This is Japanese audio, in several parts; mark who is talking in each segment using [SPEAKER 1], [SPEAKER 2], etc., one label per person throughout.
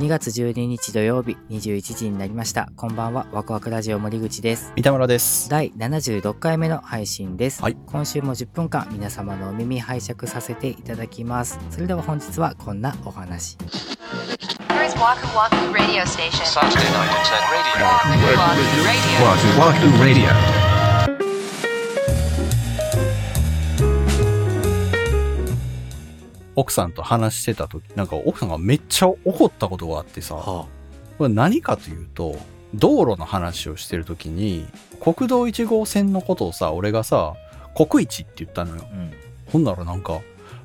[SPEAKER 1] 2月12日土曜日21時になりました。こんばんは、ワクワクラジオ森口です。
[SPEAKER 2] 三田村です。
[SPEAKER 1] 第76回目の配信です、
[SPEAKER 2] はい
[SPEAKER 1] 今週も10分間皆様のお耳拝借させていただきます。それでは本日はこんなお話。
[SPEAKER 3] Here is Waku Waku Radio Station.
[SPEAKER 4] Saturday night at radio.
[SPEAKER 3] Waku Waku
[SPEAKER 4] Wazoo
[SPEAKER 3] Radio.
[SPEAKER 4] Wahoo Radio.
[SPEAKER 2] 奥さんと話してた時、なんか奥さんがめっちゃ怒ったことがあってさ、こ
[SPEAKER 5] は
[SPEAKER 2] れ何かというと、道路の話をしてる時に、国道1号線のことをさ、俺がさ、国一って言ったのよ。
[SPEAKER 1] うん。
[SPEAKER 2] ほんならなんか、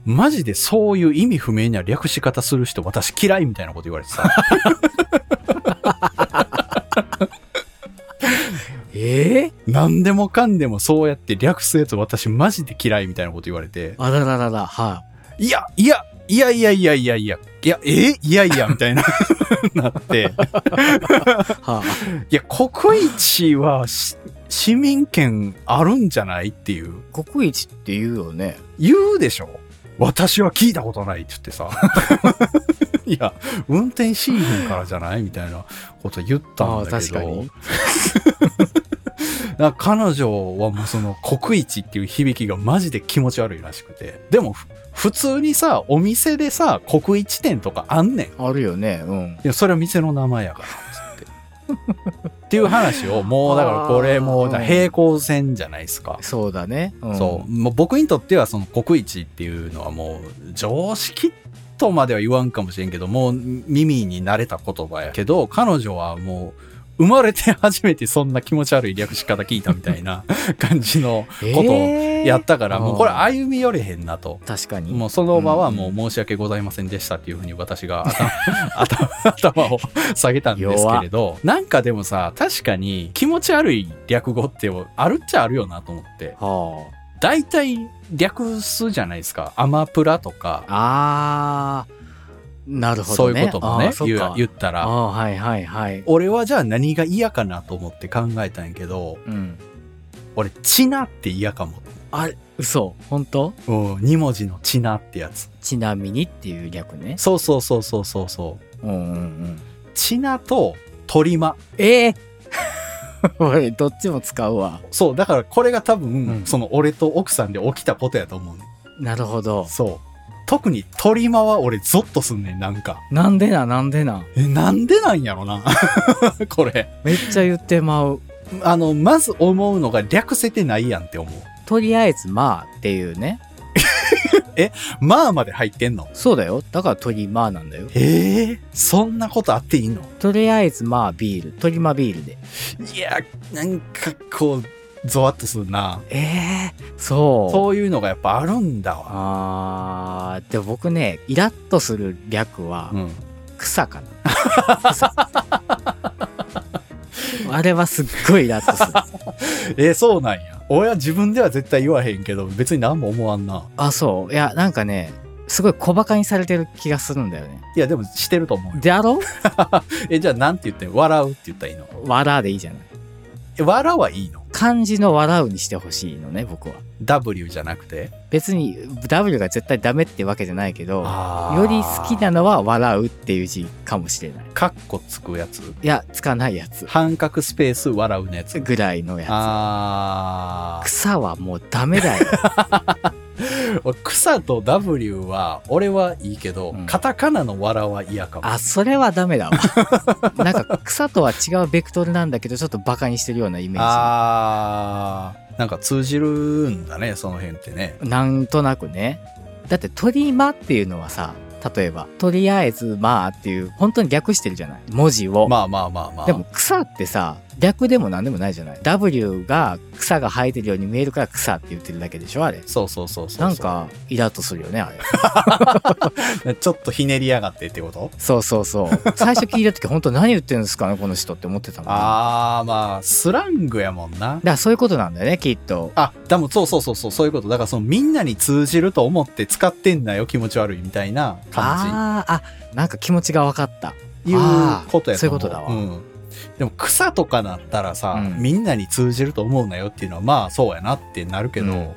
[SPEAKER 2] マジでそういう意味不明な略し方する人私嫌いみたいなこと言われてさ、
[SPEAKER 1] ええ
[SPEAKER 2] 何でもかんでもそうやって略すやつ私マジで嫌いみたいなこと言われて、
[SPEAKER 5] あ、あらららら、はい
[SPEAKER 2] や、いや、いやいやいやいやいや、いや、えいやいや、みたいな、 なって。
[SPEAKER 5] い、 はい
[SPEAKER 2] や、国一はし市民権あるんじゃないっていう。
[SPEAKER 1] 国一って言うよね。
[SPEAKER 2] 言うでしょ私は聞いたことないって言ってさ。 いや、運転シーズンからじゃないみたいなこと言ったんだけ
[SPEAKER 5] あー
[SPEAKER 2] ど。なんか彼女はもうその国一っていう響きがマジで気持ち悪いらしくて。でもふ普通にさ、お店でさ、国一店とかあんねん。
[SPEAKER 1] あるよね。うん。
[SPEAKER 2] いや、それは店の名前やから、つって。っていう話を、もうだからこれもうだから平行線じゃないですか。
[SPEAKER 1] そうだね。うん
[SPEAKER 2] そう。もう僕にとってはその国一っていうのはもう常識とまでは言わんかもしれんけど、もう耳に慣れた言葉やけど、彼女はもう生まれて初めてそんな気持ち悪い略し方聞いたみたいな感じのことをやったから、
[SPEAKER 1] えー
[SPEAKER 2] もうこれ歩み寄れへんなと。
[SPEAKER 1] 確かに。
[SPEAKER 2] もうその場はもう申し訳ございませんでしたっていうふうに私が頭頭頭を下げたんですけれど、なんかでもさ、確かに気持ち悪い略語ってあるっちゃあるよなと思って。
[SPEAKER 1] は
[SPEAKER 2] 大体略すじゃないですか。アマプラとか、
[SPEAKER 1] あ。あー、なるほ
[SPEAKER 2] そ
[SPEAKER 1] ど
[SPEAKER 2] う
[SPEAKER 1] ね。
[SPEAKER 2] いうことも
[SPEAKER 1] あ
[SPEAKER 2] ね
[SPEAKER 1] ー、そっ
[SPEAKER 2] 言
[SPEAKER 1] か
[SPEAKER 2] う言った
[SPEAKER 1] あ
[SPEAKER 2] ら。
[SPEAKER 1] あ、はいはいはい。
[SPEAKER 2] 俺はじゃあ何が嫌かなと思って考えたんやけど、
[SPEAKER 1] うん。
[SPEAKER 2] 俺、チナって嫌かも。
[SPEAKER 1] あれ、嘘本当
[SPEAKER 2] うん、2文字のチナってやつ。
[SPEAKER 1] ちなみにっていう略ね。
[SPEAKER 2] そうそうそうそうそうそう。
[SPEAKER 1] うんうんうん。
[SPEAKER 2] チナとトリマ。
[SPEAKER 1] ええ 俺、どっちも使うわ。
[SPEAKER 2] そう、だからこれが多分、
[SPEAKER 1] うん
[SPEAKER 2] その俺と奥さんで起きたことやと思うね。
[SPEAKER 1] なるほど。
[SPEAKER 2] そう。特に鳥間は俺ゾッとすんねん、なんか。
[SPEAKER 1] なんでな、なんでな。
[SPEAKER 2] え、なんでなんやろな これ。
[SPEAKER 1] めっちゃ言ってまう。
[SPEAKER 2] あの、まず思うのが略せてないやんって思う。
[SPEAKER 1] とりあえず、まあっていうね。
[SPEAKER 2] まあまで入ってんの。
[SPEAKER 1] そうだよ。だから、とりまあなんだよ。
[SPEAKER 2] ええそんなことあっていいの
[SPEAKER 1] とりあえず、まあビール。とりまビールで。
[SPEAKER 2] いや、なんかこう、ゾワッとするな。
[SPEAKER 1] ええそう。
[SPEAKER 2] そういうのがやっぱあるんだわ。
[SPEAKER 1] あーで僕ねイラッとする略は
[SPEAKER 2] うん。
[SPEAKER 1] 草かな、草 あれはすっごいイラッとする
[SPEAKER 2] えそうなんや。俺は自分では絶対言わへんけど、別に何も思わんな。
[SPEAKER 1] あそういやなんかねすごい小バカにされてる気がするんだよね
[SPEAKER 2] いや、でもしてると思うよ。
[SPEAKER 1] であろ
[SPEAKER 2] え、じゃあなんて言ってん笑うって言ったらいいの
[SPEAKER 1] わらでいいじゃない
[SPEAKER 2] え、笑はいいの
[SPEAKER 1] 漢字の笑うにしてほしいのね僕は
[SPEAKER 2] ?W じゃなくて
[SPEAKER 1] 別に W が絶対ダメってわけじゃないけどよ
[SPEAKER 2] あー
[SPEAKER 1] り好きなのは笑うっていう字かもしれない
[SPEAKER 2] カッコつくやつ
[SPEAKER 1] いやつかないやつ
[SPEAKER 2] 半角スペース笑うのやつ。
[SPEAKER 1] ぐらいのや
[SPEAKER 2] あ
[SPEAKER 1] つ
[SPEAKER 2] ー
[SPEAKER 1] 草はもうダメ だよ
[SPEAKER 2] 俺草と W は俺はいいけど、
[SPEAKER 1] うん
[SPEAKER 2] カタカナの笑は嫌かも
[SPEAKER 1] あ、それはダメだわ。なんか草とは違うベクトルなんだけど、ちょっとバカにしてるようなイメー
[SPEAKER 2] あーなんか通じるんだねその辺ってね
[SPEAKER 1] ジ。なんとなくね。だって、とりまっていうのはさ、例えば、とりあえずまあっていう、本当に略してるじゃない文字を。
[SPEAKER 2] まあまあまあまあ
[SPEAKER 1] でも草ってさ、略でも何でもないじゃない ?W が草が生えてるように見えるから草って言ってるだけでしょあれ。
[SPEAKER 2] そうそうそうそうそう
[SPEAKER 1] なんか、イラッとするよね、あれ。
[SPEAKER 2] ちょっとひねりやがってってこと
[SPEAKER 1] そうそうそう。 最初聞いた時、本当何言ってるんですかね、この人って思ってたもんね。だか
[SPEAKER 2] あーまあスラングやもんな
[SPEAKER 1] らそういうことなんだよね、きっと。
[SPEAKER 2] あでもそうそうそうそうそういうことだからそのみんなに通じると思って使ってんなよ気持ち悪いみたいな感
[SPEAKER 1] あーあなんか気持ちが分かった
[SPEAKER 2] じいう
[SPEAKER 1] あー
[SPEAKER 2] ことや
[SPEAKER 1] そう
[SPEAKER 2] と思
[SPEAKER 1] いうことだわ
[SPEAKER 2] んでも草とかなったらさ、
[SPEAKER 1] うん
[SPEAKER 2] みんなに通じると思うなよっていうのはまあそうやなってなるけど、
[SPEAKER 1] うん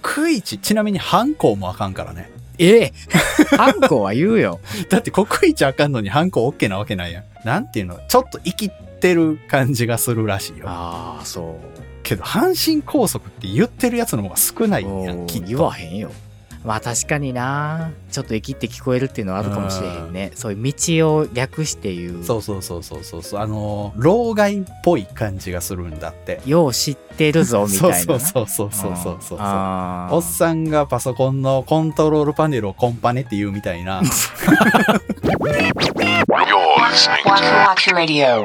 [SPEAKER 2] 国一ちなみに反抗もあかんからね
[SPEAKER 1] ええ ハンコは言うよ。
[SPEAKER 2] だってココイチあかんのにハンコオッケーなわけないやん。なんていうのちょっと生きてる感じがするらしいよ。
[SPEAKER 1] ああ、そう。
[SPEAKER 2] けど、阪神高速って言ってるやつの方が少ないや、
[SPEAKER 1] うんん
[SPEAKER 2] きっと。
[SPEAKER 1] 言わへんよまあ確かになちょっと生きって聞こえるっていうのはあるかもしれへんねそういう道を略して言う
[SPEAKER 2] そうそうそうそうそうそう。あのー、老害っぽい感じがするんだって。
[SPEAKER 1] よう知ってるぞみたい
[SPEAKER 2] そう
[SPEAKER 1] な
[SPEAKER 2] そうそうそうそうそうそう。
[SPEAKER 1] あー
[SPEAKER 2] おっさんがパソコンのコントロールパネルをコンパネって言うみた いな。
[SPEAKER 4] You're listening to
[SPEAKER 3] Waku Waku Radio.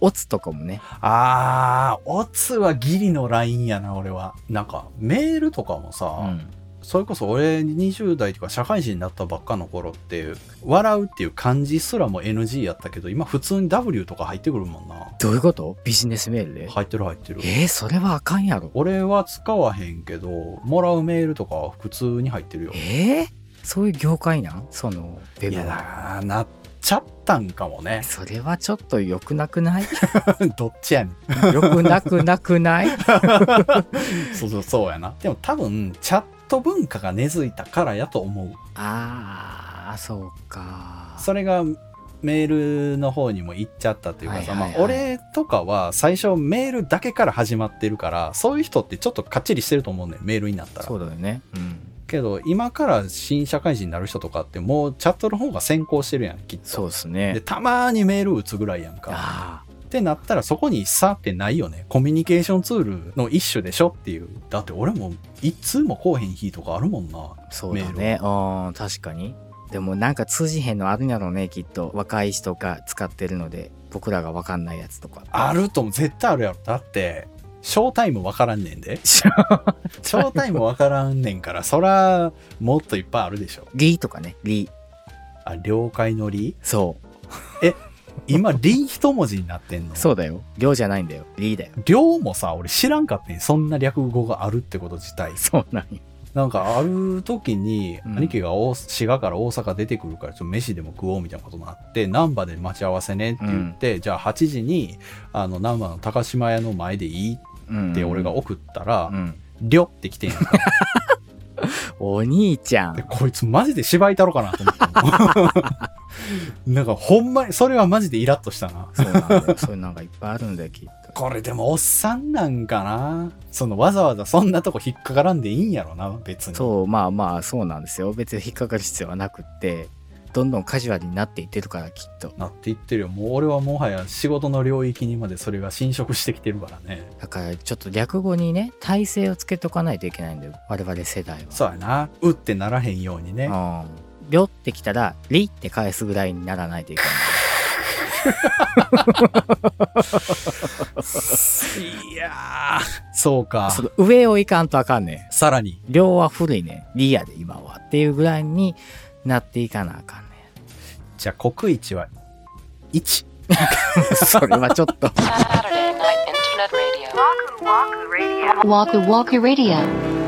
[SPEAKER 1] オツとかもね
[SPEAKER 2] あー、オツはギリのラインやな、俺は。なんか、メールとかもさ、
[SPEAKER 1] うん
[SPEAKER 2] それこそ俺20代とか社会人になったばっかの頃って、笑うっていう漢字すらも NG やったけど、今普通に W とか入ってくるもんな。
[SPEAKER 1] どういうことビジネスメールで
[SPEAKER 2] 入ってる入ってる。
[SPEAKER 1] えー、それはあかんやろ
[SPEAKER 2] 俺は使わへんけど、もらうメールとかは普通に入ってるよ。
[SPEAKER 1] えー、そういう業界なんそのベ
[SPEAKER 2] い
[SPEAKER 1] ブ
[SPEAKER 2] やだ
[SPEAKER 1] は。
[SPEAKER 2] からなっちゃったんかも ね
[SPEAKER 1] それはちょっと良くなくない
[SPEAKER 2] どっちやねん。
[SPEAKER 1] 良くなくなくない
[SPEAKER 2] そうそうそうやな。でも多分、チャット文化が根付いたからやと思う。
[SPEAKER 1] ああそうか
[SPEAKER 2] それがメールの方にも行っちゃったというかさ、
[SPEAKER 1] はいはいはい
[SPEAKER 2] まあ、俺とかは最初メールだけから始まってるからそういう人ってちょっとかっちりしてると思うねメールになったら
[SPEAKER 1] そうだよねうん
[SPEAKER 2] けど今から新社会人になる人とかってもうチャットの方が先行してるやんきっと
[SPEAKER 1] そうです
[SPEAKER 2] で
[SPEAKER 1] ね
[SPEAKER 2] たまーにメール打つぐらいやんか
[SPEAKER 1] ああ
[SPEAKER 2] ってなったらそこに差ってないよねコミュニケーションツールの一種でしょっていうだって俺も一通もこうへん日とかあるもんな
[SPEAKER 1] そうだね。うん、確かに。でもなんか通じへんのあるんやろうね、きっと。若い人が使ってるので、僕らがわかんないやつとか。
[SPEAKER 2] あるとも絶対あるやろ。だって、ショータイムわからんねんで。ショータイムわからんねんから、そら、もっといっぱいあるでしょ。
[SPEAKER 1] リーとかね、リー。
[SPEAKER 2] あ、了解のり
[SPEAKER 1] そう。
[SPEAKER 2] 今、り一文字になってんの。
[SPEAKER 1] そうだよ。りょうじゃないんだよ。リーだよ。
[SPEAKER 2] 量もさ、俺知らんかったねん。そんな略語があるってこと自体。
[SPEAKER 1] そうなんよ。
[SPEAKER 2] なんか、ある時に、
[SPEAKER 1] うん
[SPEAKER 2] 兄貴が大滋賀から大阪出てくるから、ちょっと飯でも食おうみたいなことになって、難波で待ち合わせねって言って、じゃあ8時に、あの、難波の高島屋の前でいい
[SPEAKER 1] うん
[SPEAKER 2] って俺が送ったら
[SPEAKER 1] う、ん。
[SPEAKER 2] りょって来てんやんか
[SPEAKER 1] お兄ちゃ
[SPEAKER 2] で
[SPEAKER 1] ん。
[SPEAKER 2] こいつマジで芝居たろかなと思ったの なんかほんまに、それはマジでイラッとしたな。
[SPEAKER 1] そうなんだよ。そういうのがいっぱいあるんだよ、きっと。
[SPEAKER 2] これでもおっさんなんかなそのわざわざそんなとこ引っかからんでいいんやろな、別に。
[SPEAKER 1] そう、まあまあ、そうなんですよ。別に引っかかる必要はなくって、どんどんカジュアルになっていってるから、きっと。
[SPEAKER 2] なっていってるよ。もう俺はもはや仕事の領域にまでそれが侵食してきてるからね。
[SPEAKER 1] だから、ちょっと略語にね、体勢をつけとかないといけないんだよ。我々世代は。
[SPEAKER 2] そうやな。うってならへんようにね。
[SPEAKER 1] うん。りょってきたら、りって返すぐらいにならないとい けない。
[SPEAKER 2] いやー、そうか。
[SPEAKER 1] その上をいかんとあかんね
[SPEAKER 2] さらに。
[SPEAKER 1] ん。りょうは古いねん。りやで今は。っていうぐらいになっていかなあかんね
[SPEAKER 2] じゃあ国一は1。
[SPEAKER 1] ん。 それはちょっと。
[SPEAKER 3] Saturday Night Internet Radio. Waku Waku Radio. Waku Waku Radio.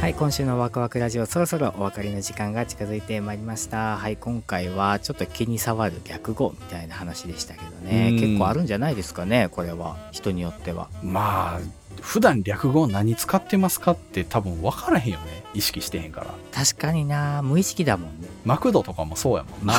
[SPEAKER 1] はい、今週のワクワクラジオ、そろそろお別れの時間が近づいてまいりました。はい、今回はちょっと気に障る略語みたいな話でしたけどね。
[SPEAKER 2] うん
[SPEAKER 1] 結構あるんじゃないですかね、これは。人によっては。
[SPEAKER 2] まあ普段略語何使ってますかって多分分からへんよね意識してへんから
[SPEAKER 1] 確かにな無意識だもんね。
[SPEAKER 2] マクドとかもそうやもんな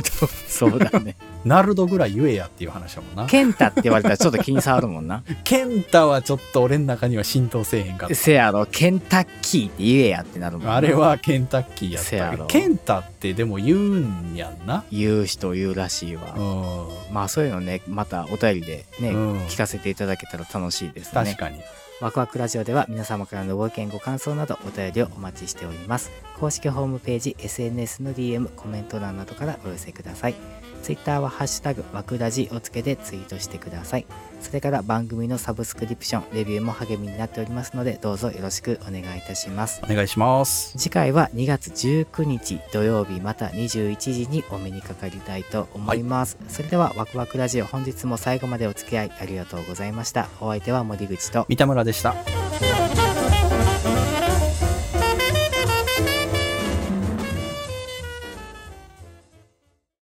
[SPEAKER 1] そうだね。
[SPEAKER 2] ナルドぐらい言えやっていう話やもんな
[SPEAKER 1] ケンタって言われたらちょっと気に障るもんな。
[SPEAKER 2] ケンタはちょっと俺の中には浸透せえへんかった
[SPEAKER 1] せやろ、ケンタッキーって言えやってなるもんな
[SPEAKER 2] あれはケンタッキーやっ
[SPEAKER 1] せ
[SPEAKER 2] た
[SPEAKER 1] や
[SPEAKER 2] けど
[SPEAKER 1] ろ
[SPEAKER 2] ケンタってでも言うんやんな
[SPEAKER 1] 言う人言うらしいうわ。
[SPEAKER 2] ん、
[SPEAKER 1] まあそういうのね、またお便りでね、
[SPEAKER 2] うん
[SPEAKER 1] 聞かせていただけたら楽しいです
[SPEAKER 2] 確
[SPEAKER 1] ね。
[SPEAKER 2] かに
[SPEAKER 1] ワクワクラジオでは皆様からのご意見、ご感想などお便りをお待ちしております。公式ホームページ、SNS の DM、コメント欄などからお寄せください。ツイッターはハッシュタグ、ワクラジをつけてツイートしてください。それから番組のサブスクリプション、レビューも励みになっておりますので、どうぞよろしくお願いいたします。
[SPEAKER 2] お願いします
[SPEAKER 1] 次回は2月19日土曜日また21時にお目にかかりたいと思います、それではワクワクラジオ本日も最後までお付き合いありがとうございましたお相手は森口と
[SPEAKER 2] 三田村でした
[SPEAKER 6] 「君の声が聞こえる」